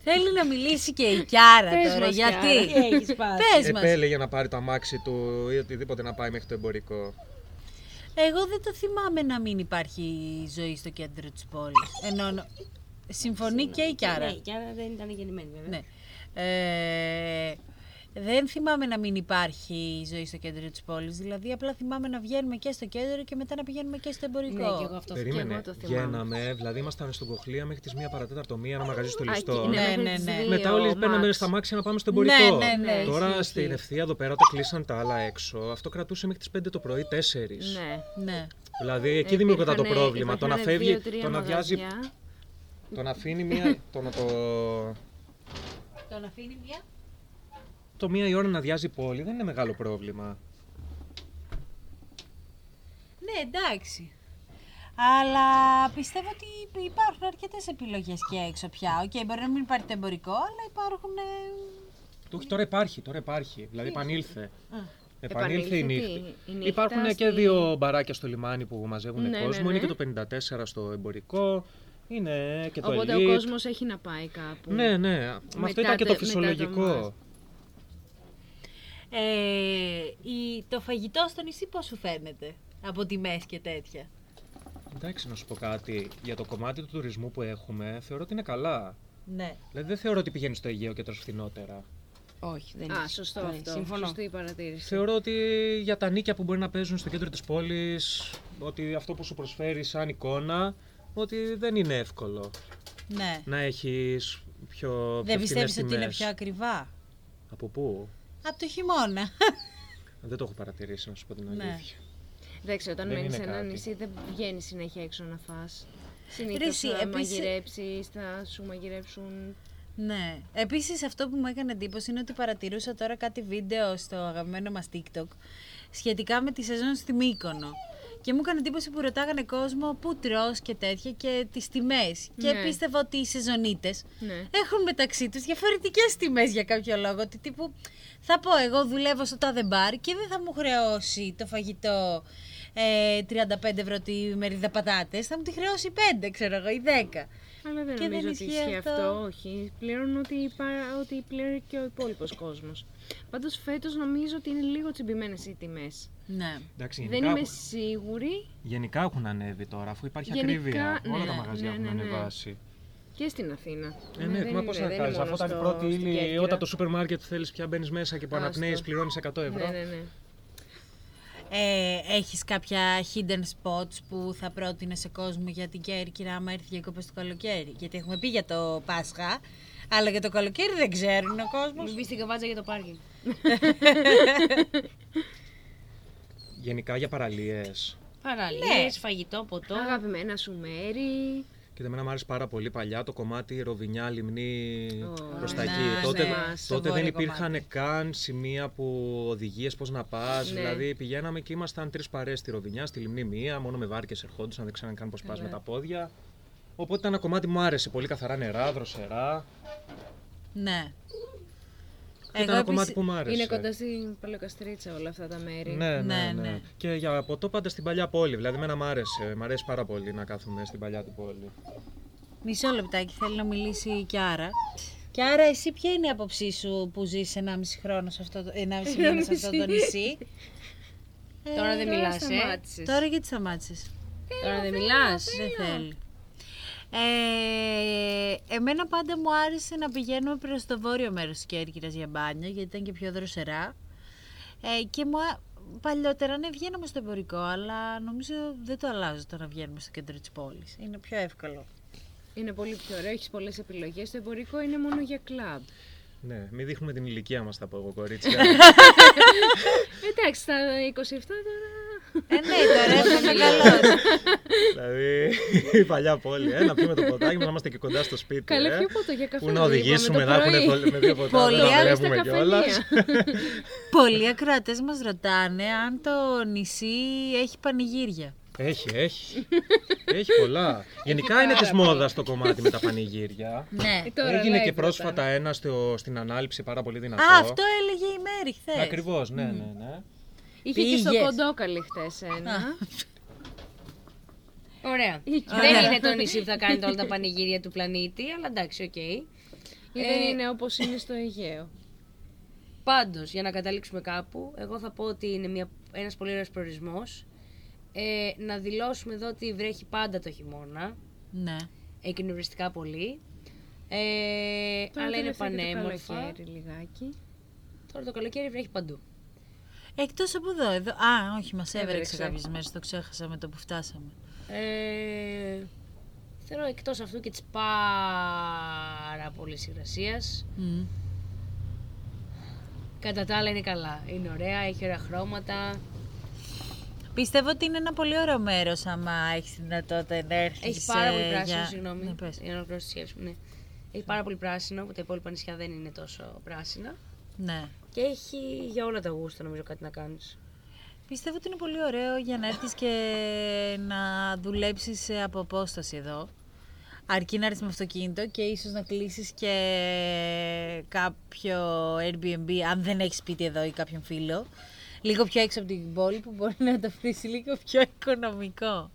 Speaker 2: Θέλει να μιλήσει και η Κιάρα
Speaker 1: Πες
Speaker 2: τώρα.
Speaker 1: μας,
Speaker 2: γιατί.
Speaker 1: Κιάρα.
Speaker 4: Έχεις πάθει.
Speaker 2: Πες μας.
Speaker 3: Επέλεγε να πάρει το αμάξι του ή οτιδήποτε να πάει μέχρι το εμπορικό.
Speaker 2: Εγώ δεν το θυμάμαι να μην υπάρχει ζωή στο κέντρο της πόλης. Ενώ συμφωνεί και η
Speaker 4: Ναι,
Speaker 2: Κιάρα.
Speaker 5: Ε,
Speaker 4: και άρα δεν ήταν γεννημένη βέβαια.
Speaker 2: Ναι. Ε, δεν θυμάμαι να μην υπάρχει ζωή στο κέντρο της πόλης. Δηλαδή απλά θυμάμαι να βγαίνουμε και στο κέντρο και μετά να πηγαίνουμε και στο εμπορικό.
Speaker 4: Ναι, και εγώ αυτό
Speaker 1: και εγώ
Speaker 3: Περίμενε.
Speaker 1: το θυμάμαι.
Speaker 3: Βγαίναμε, δηλαδή ήμασταν στον Κοχλία μέχρι τις 1 παρατέταρτο, μία ένα μαγαζί στο
Speaker 1: Α,
Speaker 3: λιστό.
Speaker 1: εκεί,
Speaker 2: Ναι,
Speaker 1: μέχρι
Speaker 2: ναι,
Speaker 1: τις
Speaker 2: ναι.
Speaker 1: δύο,
Speaker 3: Μετά όλοι
Speaker 1: max.
Speaker 3: παίρναμε στα μάξια να πάμε στο
Speaker 2: Ναι,
Speaker 3: εμπορικό.
Speaker 2: ναι, ναι,
Speaker 3: Τώρα
Speaker 1: ισχύει,
Speaker 3: στην
Speaker 1: ισχύει.
Speaker 3: ευθεία εδώ πέρα τα κλείσαν τα άλλα έξω. Αυτό κρατούσε μέχρι τις 5 το πρωί, 4.
Speaker 1: Ναι.
Speaker 2: Ναι.
Speaker 3: Δηλαδή εκεί
Speaker 1: Ε,
Speaker 3: δημιουργόταν το
Speaker 1: υπήρχαν-
Speaker 3: πρόβλημα. Το να
Speaker 1: υπήρχαν
Speaker 3: φεύγει,
Speaker 1: δύο-τρία
Speaker 3: το να βιάζει,
Speaker 1: μαγαζιά.
Speaker 3: το να αφήνει
Speaker 1: [LAUGHS]
Speaker 3: μία. το να το.
Speaker 2: Τον αφήνει μια.
Speaker 3: Το μία η ώρα να διάζει η πόλη δεν είναι μεγάλο πρόβλημα.
Speaker 2: Ναι, εντάξει. Αλλά πιστεύω ότι υπάρχουν αρκετές επιλογές και έξω πια. Οκ, μπορεί να μην υπάρχει το εμπορικό, αλλά υπάρχουν... ε,
Speaker 3: Το όχι, τώρα υπάρχει, τώρα υπάρχει. Δηλαδή επανήλθε.
Speaker 2: Α.
Speaker 3: Επανήλθε η
Speaker 1: Επανήλθε τι,
Speaker 3: νύχτα.
Speaker 1: η νύχτα
Speaker 3: Υπάρχουν και
Speaker 1: στη-
Speaker 3: δύο μπαράκια στο λιμάνι που μαζεύουν
Speaker 1: Ναι, ναι,
Speaker 3: κόσμο.
Speaker 1: ναι.
Speaker 3: Είναι και το 54 στο εμπορικό. Είναι και το
Speaker 1: Οπότε
Speaker 3: Elite.
Speaker 1: ο κόσμος έχει να πάει κάπου.
Speaker 3: Ναι, ναι. Με αυτό
Speaker 1: Μετά
Speaker 3: ήταν και
Speaker 1: το-
Speaker 3: το
Speaker 1: μετά το μας.
Speaker 3: φυσιολογικό.
Speaker 2: Ε, η- το φαγητό στο νησί πώς σου φαίνεται από τιμές και τέτοια.
Speaker 3: Εντάξει, να σου πω κάτι. Για το κομμάτι του τουρισμού που έχουμε, θεωρώ ότι είναι καλά.
Speaker 2: Ναι.
Speaker 3: Δηλαδή, δεν θεωρώ ότι πηγαίνει στο Αιγαίο και τρως φθηνότερα.
Speaker 4: Όχι, δεν
Speaker 1: Α,
Speaker 4: είναι.
Speaker 1: σωστό
Speaker 4: Ναι,
Speaker 1: αυτό.
Speaker 4: Συμφωνώ.
Speaker 1: Σωστή η παρατήρηση.
Speaker 3: Θεωρώ ότι για τα νίκια που μπορεί να παίζουν στο κέντρο της πόλης, ότι αυτό που σου προσφέρει σαν εικόνα, ότι δεν είναι εύκολο
Speaker 2: Ναι.
Speaker 3: να έχεις πιο.
Speaker 2: Δεν
Speaker 3: πιο φθηνές
Speaker 2: πιστεύεις ότι είναι
Speaker 3: τιμές.
Speaker 2: πιο ακριβά.
Speaker 3: Από πού?
Speaker 2: Από το χειμώνα.
Speaker 3: Δεν το έχω παρατηρήσει, να σου πω την
Speaker 2: Ναι.
Speaker 3: αλήθεια.
Speaker 1: Εντάξει, όταν
Speaker 3: Δεν
Speaker 1: μένεις σε
Speaker 3: είναι
Speaker 1: ένα
Speaker 3: κάτι.
Speaker 1: νησί δεν βγαίνεις συνέχεια έξω να φας.
Speaker 2: Ρε,
Speaker 1: Συνήθως
Speaker 2: εσύ,
Speaker 1: θα
Speaker 2: επίσης-
Speaker 1: μαγειρέψεις, θα σου μαγειρέψουν
Speaker 2: ναι. Επίσης αυτό που μου έκανε εντύπωση είναι ότι παρατηρούσα τώρα κάτι βίντεο στο αγαπημένο μας TikTok σχετικά με τη σεζόν στη Μύκονο. Και μου έκανε εντύπωση που ρωτάγανε κόσμο πού τρως και τέτοια και τις τιμές. Και
Speaker 1: Ναι.
Speaker 2: πίστευα ότι οι σεζονίτες
Speaker 1: Ναι.
Speaker 2: έχουν μεταξύ τους διαφορετικές τιμές για κάποιο λόγο. Ότι τύπου θα πω εγώ δουλεύω στο τάδε μπαρ και δεν θα μου χρεώσει το φαγητό ε, 35 ευρώ τη μερίδα πατάτες, θα μου τη χρεώσει 5 ξέρω εγώ ή 10.
Speaker 1: Αλλά δεν
Speaker 2: Και δεν
Speaker 1: νομίζω ότι
Speaker 2: ισχύει
Speaker 1: ισχύει
Speaker 2: αυτό.
Speaker 1: αυτό. όχι. Πληρώνω ότι, υπά- ότι πληρώνει και ο υπόλοιπος κόσμος. Πάντως φέτος νομίζω ότι είναι λίγο τσιμπημένες οι τιμές.
Speaker 2: Ναι.
Speaker 3: Εντάξει,
Speaker 1: Δεν
Speaker 3: γενικά,
Speaker 1: είμαι σίγουρη
Speaker 3: γενικά έχουν ανέβει τώρα, αφού υπάρχει
Speaker 1: Γενικά,
Speaker 3: ακρίβεια.
Speaker 1: ναι,
Speaker 3: Όλα τα
Speaker 1: ναι,
Speaker 3: μαγαζιά
Speaker 1: ναι,
Speaker 3: έχουν
Speaker 1: ναι, ναι.
Speaker 3: ανεβάσει.
Speaker 1: και στην Αθήνα.
Speaker 3: Ε, ναι,
Speaker 1: δεν
Speaker 3: μα πώ
Speaker 1: είναι-
Speaker 3: θα
Speaker 1: δεν
Speaker 3: κάνει.
Speaker 1: είναι
Speaker 3: Αφού
Speaker 1: μόνο
Speaker 3: ήταν η
Speaker 1: στο-
Speaker 3: πρώτη
Speaker 1: στην
Speaker 3: ύλη,
Speaker 1: Κέρκυρα.
Speaker 3: όταν το σούπερ μάρκετ θέλεις πια μπαίνεις μέσα και που
Speaker 1: Άστο.
Speaker 3: αναπνέει, πληρώνει 100 ευρώ.
Speaker 1: Ναι, ναι, ναι. [LAUGHS]
Speaker 2: Ε, έχεις κάποια hidden spots που θα πρότεινε σε κόσμο για την Κέρκυρα άμα έρθει διακοπές το καλοκαίρι. Γιατί έχουμε πει για το Πάσχα, αλλά για το καλοκαίρι δεν ξέρουν ο κόσμος.
Speaker 4: Μην πεις στην καβάτζα για το πάρκινγκ.
Speaker 3: Γενικά για παραλίες.
Speaker 4: Παραλίες, φαγητό, ποτό.
Speaker 1: Αγαπημένα σου μέρη.
Speaker 3: Και εμένα μου άρεσε πάρα πολύ παλιά το κομμάτι Ροβινιά, λιμνή
Speaker 1: Ω,
Speaker 3: προς
Speaker 1: ναι,
Speaker 3: τα εκεί.
Speaker 1: ναι,
Speaker 3: τότε
Speaker 1: ναι,
Speaker 2: στο
Speaker 3: τότε δεν
Speaker 2: βόρειο
Speaker 3: υπήρχαν
Speaker 2: κομμάτι.
Speaker 3: καν σημεία που οδηγίες πώς να πας.
Speaker 1: Ναι.
Speaker 3: Δηλαδή πηγαίναμε και ήμασταν τρεις παρέ στη Ροβινιά, στη λιμνή μία, μόνο με βάρκε ερχόντουσαν, δεν ξέραν καν πώς πας με τα πόδια. Οπότε ήταν ένα κομμάτι που μου άρεσε. Πολύ καθαρά νερά, δροσερά.
Speaker 2: [LAUGHS] Ναι.
Speaker 3: Εγώ ήταν ένα κομμάτι
Speaker 2: επίσης-
Speaker 3: που μου άρεσε.
Speaker 1: Είναι κοντά στην Παλαιοκαστρίτσα όλα αυτά τα μέρη.
Speaker 3: Ναι, ναι,
Speaker 2: Ναι,
Speaker 3: ναι,
Speaker 2: ναι.
Speaker 3: Και για ποτό πάντα στην παλιά πόλη. Δηλαδή, εμένα μου άρεσε. Μ' αρέσει πάρα πολύ να κάθομαι στην παλιά την πόλη.
Speaker 2: Μισό λεπτάκι, θέλει να μιλήσει η Κιάρα. Κιάρα, εσύ ποια είναι η άποψή σου που ζεις 1,5 χρόνο σε αυτό το, 1,5 μήνα σε αυτό το νησί. Ε,
Speaker 4: Τώρα δεν
Speaker 1: Τώρα
Speaker 4: μιλάς, ε.
Speaker 1: σταμάτησες.
Speaker 2: Τώρα γιατί σταμάτησες.
Speaker 4: Τώρα δεν μιλάς.
Speaker 2: Δεν θέλει. Ε, εμένα πάντα μου άρεσε να πηγαίνουμε προς το βόρειο μέρος της Κέρκυρας για μπάνιο, γιατί ήταν και πιο δροσερά. Ε, και μου, α- παλιότερα ναι, βγαίναμε στο εμπορικό, αλλά νομίζω δεν το αλλάζω το να βγαίνουμε στο κέντρο της πόλης. Είναι πιο εύκολο.
Speaker 1: Είναι πολύ πιο ωραίο, έχεις πολλές επιλογές. Το εμπορικό είναι μόνο για κλαμπ.
Speaker 3: Ναι, μην δείχνουμε την ηλικία μας, θα πω εγώ,
Speaker 1: [LAUGHS]
Speaker 3: κορίτσια.
Speaker 1: Εντάξει, τα 27 τώρα.
Speaker 2: ε, ναι, τώρα έχουμε καλό.
Speaker 3: δηλαδή, η παλιά πόλη. Ε, να πιούμε το ποτάκι μας, να είμαστε και κοντά στο σπίτι.
Speaker 1: Καλέ,
Speaker 3: ε.
Speaker 1: πιο ποτό για καφέ.
Speaker 3: Πού να
Speaker 1: δεν είπαμε
Speaker 3: οδηγήσουμε,
Speaker 1: το
Speaker 3: να
Speaker 1: πρωί.
Speaker 3: έχουν με δύο ποτά.
Speaker 2: Πολλοί άλλοι στα
Speaker 1: στα
Speaker 3: κιόλας.
Speaker 2: Πολλοί ακροατές μας ρωτάνε αν το νησί έχει πανηγύρια.
Speaker 3: [LAUGHS] Έχει, έχει. έχει πολλά. Γενικά είναι της μόδας το κομμάτι με τα πανηγύρια.
Speaker 2: Ναι.
Speaker 1: Ε, τώρα
Speaker 3: Έγινε
Speaker 1: live
Speaker 3: και
Speaker 1: ήταν.
Speaker 3: πρόσφατα ένα στο, στην ανάληψη πάρα πολύ δυνατό.
Speaker 2: Α, αυτό έλεγε η Μέρη χθες.
Speaker 3: Ακριβώς, ναι, ναι, ναι.
Speaker 1: Είχε και στο
Speaker 2: Πήγες.
Speaker 1: κοντόκαλι χτες ένα.
Speaker 5: Ωραία.
Speaker 1: Εκεί.
Speaker 5: Δεν είναι το νησί που θα κάνει όλα τα πανηγύρια του πλανήτη, αλλά εντάξει, οκ.
Speaker 1: Ή Δεν είναι όπως είναι στο Αιγαίο.
Speaker 5: Πάντως, για να καταλήξουμε κάπου, εγώ θα πω ότι είναι μια, ένας πολύ ωραίος προορισμός. Ε, να δηλώσουμε εδώ ότι βρέχει πάντα το χειμώνα,
Speaker 2: Ναι.
Speaker 5: εκνευριστικά πολύ. Ε,
Speaker 1: Τώρα
Speaker 5: αλλά είναι
Speaker 1: τελευταία και το
Speaker 5: πανέμορφα.
Speaker 1: καλοκαίρι λιγάκι.
Speaker 5: Τώρα το καλοκαίρι βρέχει παντού.
Speaker 2: Εκτός από εδώ, εδώ. Α, όχι, μας έβρεξε
Speaker 1: Έβρεξε.
Speaker 2: κάποιε μέρε, το ξέχασα με το που φτάσαμε.
Speaker 5: Ε, θεωρώ εκτός αυτού και της πάρα πολύ υγρασίας.
Speaker 2: Μμ.
Speaker 5: Κατά τα άλλα είναι καλά. Είναι ωραία, έχει ωραία χρώματα.
Speaker 2: Πιστεύω ότι είναι ένα πολύ ωραίο μέρος άμα έχεις τη δυνατότητα να έρθει.
Speaker 5: Έχει πάρα πολύ πράσινο, συγγνώμη.
Speaker 2: Ναι, πες.
Speaker 5: για να ολοκληρώσω τη σκέψη μου. Ναι. Έχει πάρα πολύ πράσινο, που τα υπόλοιπα νησιά δεν είναι τόσο πράσινα.
Speaker 2: ναι.
Speaker 5: Και έχει για όλα τα γούστα νομίζω κάτι να κάνεις.
Speaker 2: Πιστεύω ότι είναι πολύ ωραίο για να έρθεις και να δουλέψεις από απόσταση εδώ. Αρκεί να έρθεις με αυτοκίνητο και ίσως να κλείσεις και κάποιο Airbnb, αν δεν έχεις σπίτι εδώ ή κάποιον φίλο. Λίγο πιο έξω από την πόλη που μπορεί να το βρει λίγο πιο οικονομικό.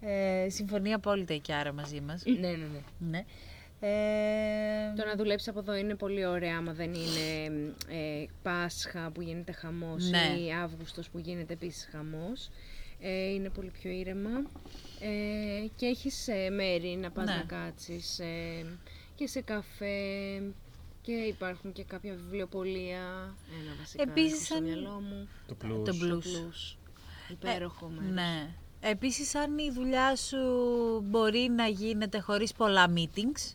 Speaker 2: Ε, συμφωνεί απόλυτα η Κιάρα μαζί μας.
Speaker 4: Mm.
Speaker 1: Hm.
Speaker 5: ναι, ναι, ναι.
Speaker 2: ναι. Ε,
Speaker 1: Το να δουλέψεις από εδώ είναι πολύ ωραία, άμα δεν είναι ε, Πάσχα που γίνεται χαμός
Speaker 2: Ναι.
Speaker 1: ή Αύγουστος που γίνεται επίσης χαμός. Ε, είναι πολύ πιο ήρεμα. Ε, και έχεις ε, μέρη να πας
Speaker 2: Ναι.
Speaker 1: να κάτσεις και σε καφέ. Και υπάρχουν και κάποια βιβλιοπολία. Ένα βασικά.
Speaker 2: Επίσης,
Speaker 1: έχω στο
Speaker 2: αν-
Speaker 1: μυαλό μου.
Speaker 3: Το πλούς.
Speaker 2: το
Speaker 1: Το
Speaker 2: blues.
Speaker 1: Blues. Υπέροχο μέρος.
Speaker 2: Ναι. Επίσης, αν η δουλειά σου μπορεί να γίνεται χωρίς πολλά meetings,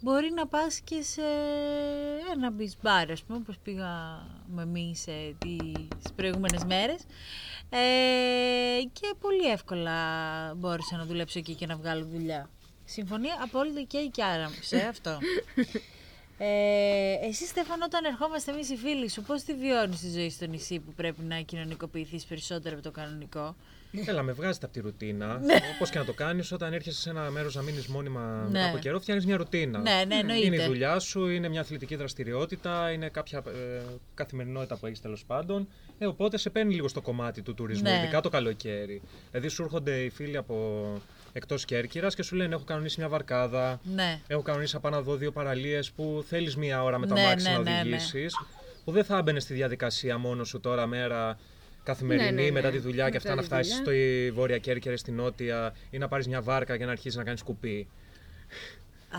Speaker 2: μπορεί να πας και σε ένα beach bar, ας πούμε, όπως πήγαμε εμείς ε, τις προηγούμενες μέρες. Ε, και πολύ εύκολα μπόρεσα να δουλέψω εκεί και να βγάλω δουλειά. Συμφωνεί απόλυτα και η Κιάρα μου σε αυτό. Ε, εσύ Στέφανο, όταν ερχόμαστε εμείς οι φίλοι σου, πώς τη βιώνεις τη ζωή στο νησί που πρέπει να κοινωνικοποιηθείς περισσότερο από το κανονικό.
Speaker 3: Έλα, με βγάζετε από τη
Speaker 2: [LAUGHS]
Speaker 3: ρουτίνα. Όπως και να το κάνεις, όταν έρχεσαι σε ένα μέρος να μείνεις μόνιμα
Speaker 2: Ναι.
Speaker 3: μετά από καιρό, φτιάχνεις μια ρουτίνα.
Speaker 2: Ναι, ναι,
Speaker 3: Είναι η
Speaker 2: εννοείται.
Speaker 3: δουλειά σου, είναι μια αθλητική δραστηριότητα, είναι κάποια ε, καθημερινότητα που έχεις τέλος πάντων. Ε, οπότε σε παίρνει λίγο στο κομμάτι του τουρισμού,
Speaker 2: Ναι.
Speaker 3: ειδικά το καλοκαίρι. Δηλαδή σου έρχονται οι φίλοι από εκτός Κέρκυρας και σου λένε: Έχω κανονίσει μια βαρκάδα.
Speaker 2: Ναι.
Speaker 3: Έχω κανονίσει να πάω να δω δύο παραλίες που θέλεις μία ώρα με τα
Speaker 2: Ναι,
Speaker 3: μάξι
Speaker 2: ναι,
Speaker 3: να
Speaker 2: ναι, ναι.
Speaker 3: οδηγήσεις. Που δεν θα έμπαινε στη διαδικασία μόνος σου τώρα μέρα καθημερινή
Speaker 1: Ναι, ναι, ναι.
Speaker 3: μετά τη δουλειά
Speaker 1: Μετά
Speaker 3: και αυτά να
Speaker 1: τη
Speaker 3: φτάσεις
Speaker 1: δουλειά.
Speaker 3: στο βόρεια Κέρκυρα, στη νότια ή να πάρεις μια βάρκα και να αρχίσεις να κάνεις κουπί.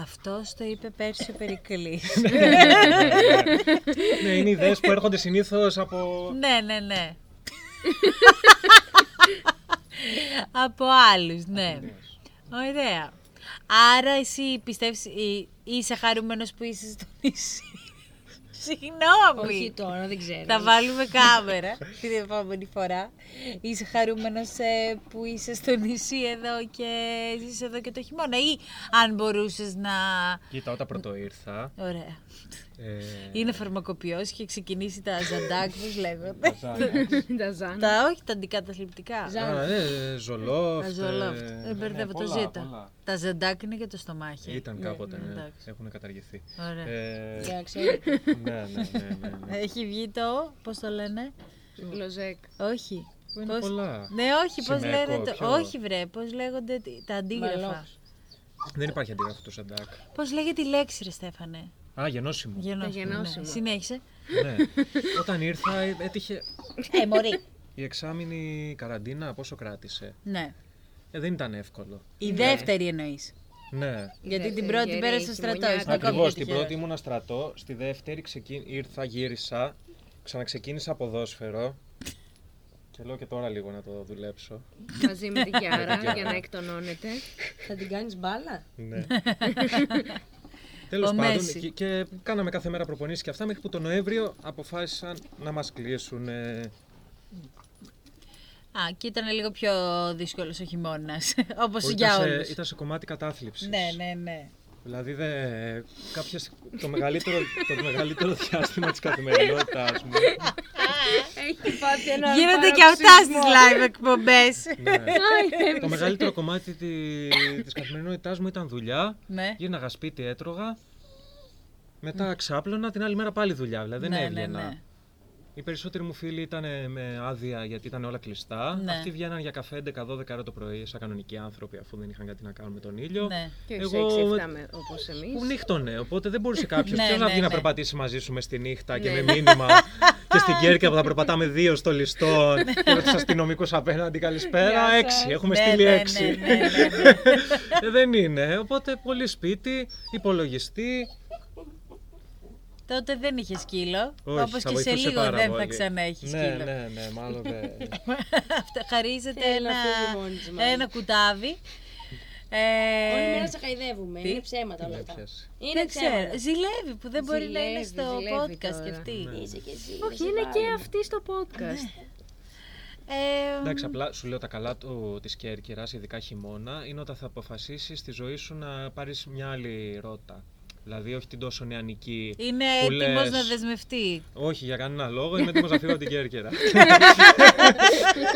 Speaker 2: Αυτός το είπε πέρσι ο Περικλής.
Speaker 3: ναι, είναι ιδέες που έρχονται συνήθως από.
Speaker 2: [LAUGHS] ναι, ναι, [LAUGHS] ναι. Από άλλους, ναι. Ωραία. Άρα εσύ πιστεύεις, ή- είσαι χαρούμενος που είσαι στο νησί. [LAUGHS]
Speaker 5: Όχι
Speaker 2: Συγγνώμη.
Speaker 5: τώρα, δεν ξέρω.
Speaker 2: Θα βάλουμε κάμερα την επόμενη φορά. Είσαι χαρούμενος ε, που είσαι στο νησί εδώ και ζεις εδώ και το χειμώνα ή αν μπορούσες να...
Speaker 3: Κοίτα, όταν πρώτο ήρθα.
Speaker 2: Ωραία.
Speaker 3: Ε,
Speaker 2: Είναι φαρμακοποιός και ξεκινήσει τα ζαντάκ, πώς λέγονται.
Speaker 3: Ναι. ζάνα.
Speaker 1: Τα ζάνα.
Speaker 2: τα όχι, τα αντικαταθλιπτικά.
Speaker 3: Α, ναι, ζολόφτ.
Speaker 2: Τα ζολόφτ.
Speaker 3: ε,
Speaker 2: Δεν μπερδεύω,
Speaker 3: ναι,
Speaker 2: το
Speaker 3: πολλά,
Speaker 2: ζήτα.
Speaker 3: πολλά.
Speaker 2: Τα ζαντάκ είναι για το στομάχι.
Speaker 3: Ήταν κάποτε, ναι.
Speaker 2: εντάξει.
Speaker 3: Έχουν καταργηθεί.
Speaker 2: Ωραία.
Speaker 3: Ε, [LAUGHS]
Speaker 5: Για να ξέρω.
Speaker 3: ναι, ναι, ναι, ναι, ναι.
Speaker 2: Έχει βγει το, πώς το λένε,
Speaker 1: Λοζέκ.
Speaker 2: όχι.
Speaker 3: Είναι
Speaker 2: Πώς-
Speaker 3: πολλά.
Speaker 2: Ναι, όχι, πώς
Speaker 3: Σημαίκο,
Speaker 2: λένε, το-
Speaker 3: ποιο?
Speaker 2: όχι βρε, πώς λέγονται τι- τα αντίγραφα.
Speaker 5: Μαλός.
Speaker 3: Δεν υπάρχει αντίγραφο του Σαντάκ.
Speaker 2: Πώς λέγεται η λέξη ρε Στέφανε.
Speaker 3: Α, γενώσιμο.
Speaker 2: Γενώσιμο, ναι.
Speaker 1: γενώσιμο.
Speaker 2: Συνέχισε.
Speaker 3: ναι. Όταν ήρθα, ε, έτυχε.
Speaker 2: Ε, μωρή.
Speaker 3: Η εξάμηνη καραντίνα πόσο κράτησε.
Speaker 2: ναι.
Speaker 3: Ε, δεν ήταν εύκολο.
Speaker 2: Η δεύτερη εννοείς.
Speaker 3: Ναι.
Speaker 2: Γιατί την
Speaker 1: δεύτερη
Speaker 2: πρώτη
Speaker 1: γερή,
Speaker 2: πέρασε στο στρατό.
Speaker 1: χειμωνιάτικη.
Speaker 2: ήσουν ακόμη
Speaker 3: Ακριβώ.
Speaker 2: πιο
Speaker 3: Την
Speaker 2: τυχερός.
Speaker 3: πρώτη ήμουνα στρατό, στη δεύτερη ξεκι... ήρθα, γύρισα, ξαναξεκίνησα ποδόσφαιρο. Και λέω και τώρα λίγο να το δουλέψω.
Speaker 1: μαζί με την Κιάρα για να εκτονώνετε.
Speaker 5: Θα την κάνεις μπάλα.
Speaker 3: [LAUGHS] Ναι. Τέλος
Speaker 2: Ο
Speaker 3: πάντων,
Speaker 2: Μέση.
Speaker 3: και, και κάναμε κάθε μέρα προπονήσεις και αυτά μέχρι που τον Νοέμβριο αποφάσισαν να μας κλείσουν. ε,
Speaker 2: Α, και ήταν λίγο πιο δύσκολος ο χειμώνας. [LAUGHS] Όπως
Speaker 3: που
Speaker 2: για
Speaker 3: ήταν, σε-
Speaker 2: όλους.
Speaker 3: ήταν σε κομμάτι κατάθλιψης.
Speaker 2: Ναι, ναι, ναι.
Speaker 3: Δηλαδή, δε, κάποιες, το, μεγαλύτερο, το μεγαλύτερο διάστημα της καθημερινότητάς μου.
Speaker 5: Έχει πάθει ένα.
Speaker 2: Γίνονται και αυτά στις live εκπομπές.
Speaker 3: [LAUGHS] ναι. το μεγαλύτερο κομμάτι τη της καθημερινότητάς μου ήταν δουλειά.
Speaker 2: ναι.
Speaker 3: Γύρναγα σπίτι, έτρωγα. Μετά ξάπλωνα, την άλλη μέρα πάλι δουλειά. Δηλαδή δεν
Speaker 2: ναι, ναι,
Speaker 3: έβγαινα.
Speaker 2: ναι.
Speaker 3: Οι περισσότεροι μου φίλοι ήταν με άδεια γιατί ήταν όλα κλειστά.
Speaker 2: Ναι.
Speaker 3: Αυτοί βγαίναν για καφέ 11-12 ώρα το πρωί, σαν κανονικοί άνθρωποι, αφού δεν είχαν κάτι να κάνουν με τον ήλιο.
Speaker 2: ναι.
Speaker 1: Και όχι
Speaker 3: Εγώ-
Speaker 1: σε 6-7 με- όπως εμείς.
Speaker 3: Που νύχτωνε, οπότε δεν μπορούσε κάποιος
Speaker 2: Ναι,
Speaker 3: να
Speaker 2: ναι,
Speaker 3: βγει να
Speaker 2: ναι.
Speaker 3: περπατήσει μαζί σου μες στη νύχτα και
Speaker 1: Ναι.
Speaker 3: με μήνυμα. και στην Κέρκυρα
Speaker 2: ναι.
Speaker 3: που θα περπατάμε δύο στο ληστό και με του αστυνομικού απέναντι. Καλησπέρα. Έξι, έχουμε
Speaker 2: Ναι,
Speaker 3: στείλει
Speaker 2: ναι, ναι,
Speaker 3: έξι.
Speaker 2: ναι, ναι, ναι.
Speaker 3: Ε, δεν είναι. Οπότε πολύ σπίτι, υπολογιστή.
Speaker 2: Τότε δεν είχες σκύλο.
Speaker 3: Όχι,
Speaker 2: Όπως
Speaker 3: θα
Speaker 2: και σε
Speaker 3: βοηθούσε
Speaker 2: λίγο
Speaker 3: πάρα
Speaker 2: δεν θα
Speaker 3: πολύ.
Speaker 2: ξαναέχεις
Speaker 3: ναι,
Speaker 2: σκύλο.
Speaker 3: Ναι, ναι, μάλλον δεν.
Speaker 2: [LAUGHS] Αυτά- Χαρίζεται
Speaker 5: Θέλω
Speaker 2: ένα,
Speaker 5: να φύγει μόνη της, μάλλον.
Speaker 2: ένα κουτάβι. Ε,
Speaker 5: Όλη μέρα σε χαϊδεύουμε.
Speaker 2: Τι?
Speaker 5: Είναι ψέματα όλα
Speaker 3: Δεν
Speaker 5: αυτά.
Speaker 3: πιάσει.
Speaker 5: Είναι
Speaker 2: δεν ξέρω.
Speaker 5: ψέματα.
Speaker 2: Ζηλεύει που δεν μπορεί να είναι
Speaker 1: Ζηλεύει,
Speaker 2: στο
Speaker 1: ζηλεύει
Speaker 2: podcast και
Speaker 1: τώρα.
Speaker 2: αυτή.
Speaker 5: Είσαι και εσύ.
Speaker 1: Όχι,
Speaker 5: σε
Speaker 1: είναι και
Speaker 5: βάλουμε.
Speaker 1: αυτή στο podcast.
Speaker 2: Ε,
Speaker 3: Εντάξει, απλά σου λέω τα καλά του της Κέρκυρας, ειδικά χειμώνα, είναι όταν θα αποφασίσεις στη ζωή σου να πάρεις μια άλλη ρότα. Δηλαδή, όχι την τόσο νεανική.
Speaker 2: είναι
Speaker 3: που
Speaker 2: έτοιμος
Speaker 3: λες,
Speaker 2: να δεσμευτεί.
Speaker 3: Όχι, για κανένα λόγο, είμαι έτοιμος να φύγω από την
Speaker 2: [LAUGHS]
Speaker 3: Κέρκυρα.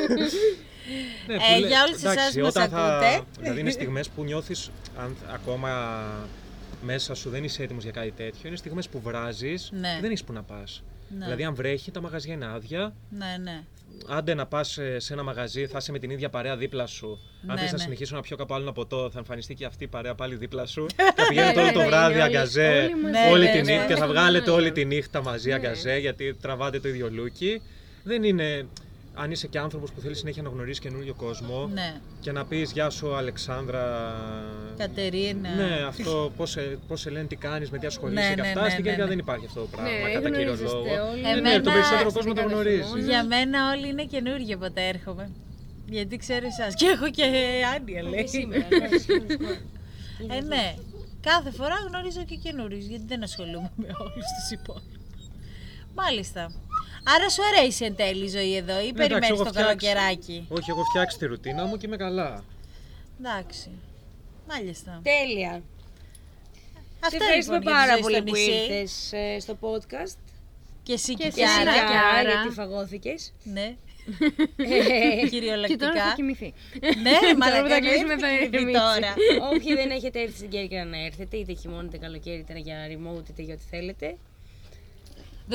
Speaker 3: ναι, που
Speaker 2: Ε,
Speaker 3: λες,
Speaker 2: για όλους
Speaker 3: εντάξει,
Speaker 2: εσάς που μας
Speaker 3: όταν θα-
Speaker 2: ακούτε. [LAUGHS]
Speaker 3: Δηλαδή, είναι στιγμές που νιώθεις αν ακόμα μέσα σου δεν είσαι έτοιμος για κάτι τέτοιο. Είναι στιγμές που βράζεις
Speaker 2: Ναι.
Speaker 3: και δεν έχεις που να πας.
Speaker 2: Ναι.
Speaker 3: Δηλαδή, αν βρέχει, τα μαγαζιά είναι άδεια.
Speaker 2: Ναι, ναι.
Speaker 3: Άντε να πας σε ένα μαγαζί, θα είσαι με την ίδια παρέα δίπλα σου.
Speaker 2: Ναι,
Speaker 3: Αν θες να
Speaker 2: ναι.
Speaker 3: συνεχίσω να πιω κάπου άλλο ένα ποτό, θα εμφανιστεί και αυτή η παρέα πάλι δίπλα σου. Θα πηγαίνετε
Speaker 1: Ναι,
Speaker 3: όλο
Speaker 1: ναι,
Speaker 3: το
Speaker 1: ναι,
Speaker 3: βράδυ
Speaker 1: είναι όλοι-
Speaker 3: αγκαζέ,
Speaker 1: όλοι
Speaker 2: μαζί.
Speaker 3: όλη
Speaker 2: Ναι,
Speaker 3: τη
Speaker 2: ναι,
Speaker 3: νύχτα.
Speaker 1: ναι.
Speaker 3: Θα βγάλετε
Speaker 1: Ναι.
Speaker 3: όλη τη νύχτα μαζί
Speaker 1: Ναι.
Speaker 3: αγκαζέ, γιατί τραβάτε το ίδιο λούκι. Δεν είναι. Αν είσαι και άνθρωπος που θέλεις συνέχεια να γνωρίσει καινούριο κόσμο
Speaker 2: ναι.
Speaker 3: και να πεις Γεια σου, Αλεξάνδρα.
Speaker 2: Κατερίνα.
Speaker 3: Ναι, αυτό πώς πώς σε λένε, τι κάνεις, με τι ασχολείσαι
Speaker 2: Ναι,
Speaker 3: και
Speaker 2: ναι,
Speaker 3: αυτά.
Speaker 2: ναι,
Speaker 3: στην
Speaker 2: ναι,
Speaker 3: Κέρκυρα
Speaker 2: ναι.
Speaker 3: δεν υπάρχει αυτό το πράγμα.
Speaker 1: Ναι,
Speaker 3: κατά κύριο
Speaker 1: γνωρίζεστε
Speaker 3: λόγο.
Speaker 1: όλοι.
Speaker 3: Ναι,
Speaker 2: Εμένα-
Speaker 3: τον περισσότερο
Speaker 1: στην
Speaker 3: κόσμο το
Speaker 1: κάθε
Speaker 3: γνωρίζει.
Speaker 1: χειμώνα.
Speaker 2: Για μένα όλοι είναι καινούργιοι όποτε έρχομαι. Γιατί ξέρω εσάς. Και έχω και Άνια λέει. ε, ναι. Κάθε φορά γνωρίζω και καινούριους, γιατί δεν ασχολούμαι με όλους τους υπόλοιπους. Μάλιστα. Άρα σου αρέσει εν τέλει η ζωή εδώ ή
Speaker 3: Ναι, εντάξει,
Speaker 2: περιμένεις
Speaker 3: έχω
Speaker 2: το
Speaker 3: φτιάξει-
Speaker 2: καλοκαιράκι.
Speaker 3: Όχι, εγώ φτιάξει τη ρουτίνα μου και είμαι καλά.
Speaker 2: Εντάξει. Μάλιστα.
Speaker 5: Τέλεια. Σε
Speaker 2: Αυτά
Speaker 5: ευχαριστούμε
Speaker 2: λοιπόν για τη
Speaker 5: πάρα
Speaker 2: ζωή
Speaker 5: πολύ
Speaker 2: στο
Speaker 5: που
Speaker 2: νησί.
Speaker 5: ήρθε στο podcast.
Speaker 2: Και εσύ και
Speaker 1: Και εσύ,
Speaker 2: η
Speaker 5: Άρα,
Speaker 1: Άρα,
Speaker 2: Κιάρα.
Speaker 1: Άρα.
Speaker 5: γιατί φαγώθηκες.
Speaker 2: Ναι,
Speaker 4: Ναι.
Speaker 1: Και τώρα
Speaker 2: [LAUGHS] κυριολεκτικά.
Speaker 1: θα κοιμηθεί. [LAUGHS]
Speaker 2: Ναι,
Speaker 1: Τώρα
Speaker 2: μαλακά
Speaker 1: που
Speaker 2: θα
Speaker 1: τα κλείσουμε θα
Speaker 2: κοιμηθεί
Speaker 1: ηρεμήσει.
Speaker 2: τώρα.
Speaker 5: Όποιοι δεν έχετε έρθει στην Κέρκυρα να έρθετε, είτε χειμώνα είτε καλοκαίρι, είτε για remote είτε για ό,τι θέλετε.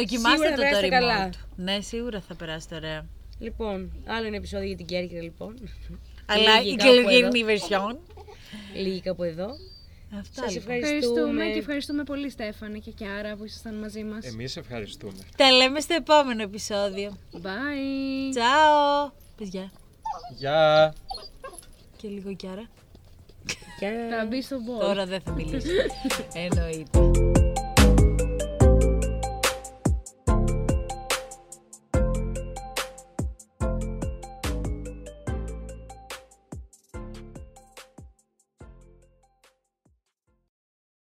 Speaker 2: Δοκιμάστε
Speaker 5: Σίγουρα θα
Speaker 2: το το
Speaker 5: περάσετε
Speaker 2: remote.
Speaker 5: καλά.
Speaker 2: Ναι, σίγουρα θα περάσετε ωραία.
Speaker 5: Λοιπόν, άλλο ένα επεισόδιο για την Κέρκυρα λοιπόν.
Speaker 2: Αλλά
Speaker 5: Λίγη
Speaker 2: η
Speaker 5: κάπου
Speaker 2: καλοκαιρινή version.
Speaker 5: Λίγη κάπου εδώ.
Speaker 2: Αυτά
Speaker 5: Σας
Speaker 2: λοιπόν.
Speaker 5: Ευχαριστούμε.
Speaker 1: Ευχαριστούμε και ευχαριστούμε πολύ Στέφανη και Κιάρα που ήσασταν μαζί μας.
Speaker 3: Εμείς ευχαριστούμε.
Speaker 2: Τα λέμε στο επόμενο επεισόδιο.
Speaker 1: Bye!
Speaker 2: Τσάω! Παιδιά,
Speaker 3: Γεια!
Speaker 2: και λίγο Κιάρα.
Speaker 5: Γεια.
Speaker 1: Θα μπει στον πόλο.
Speaker 2: Τώρα δεν θα μιλήσω. Εννοείται.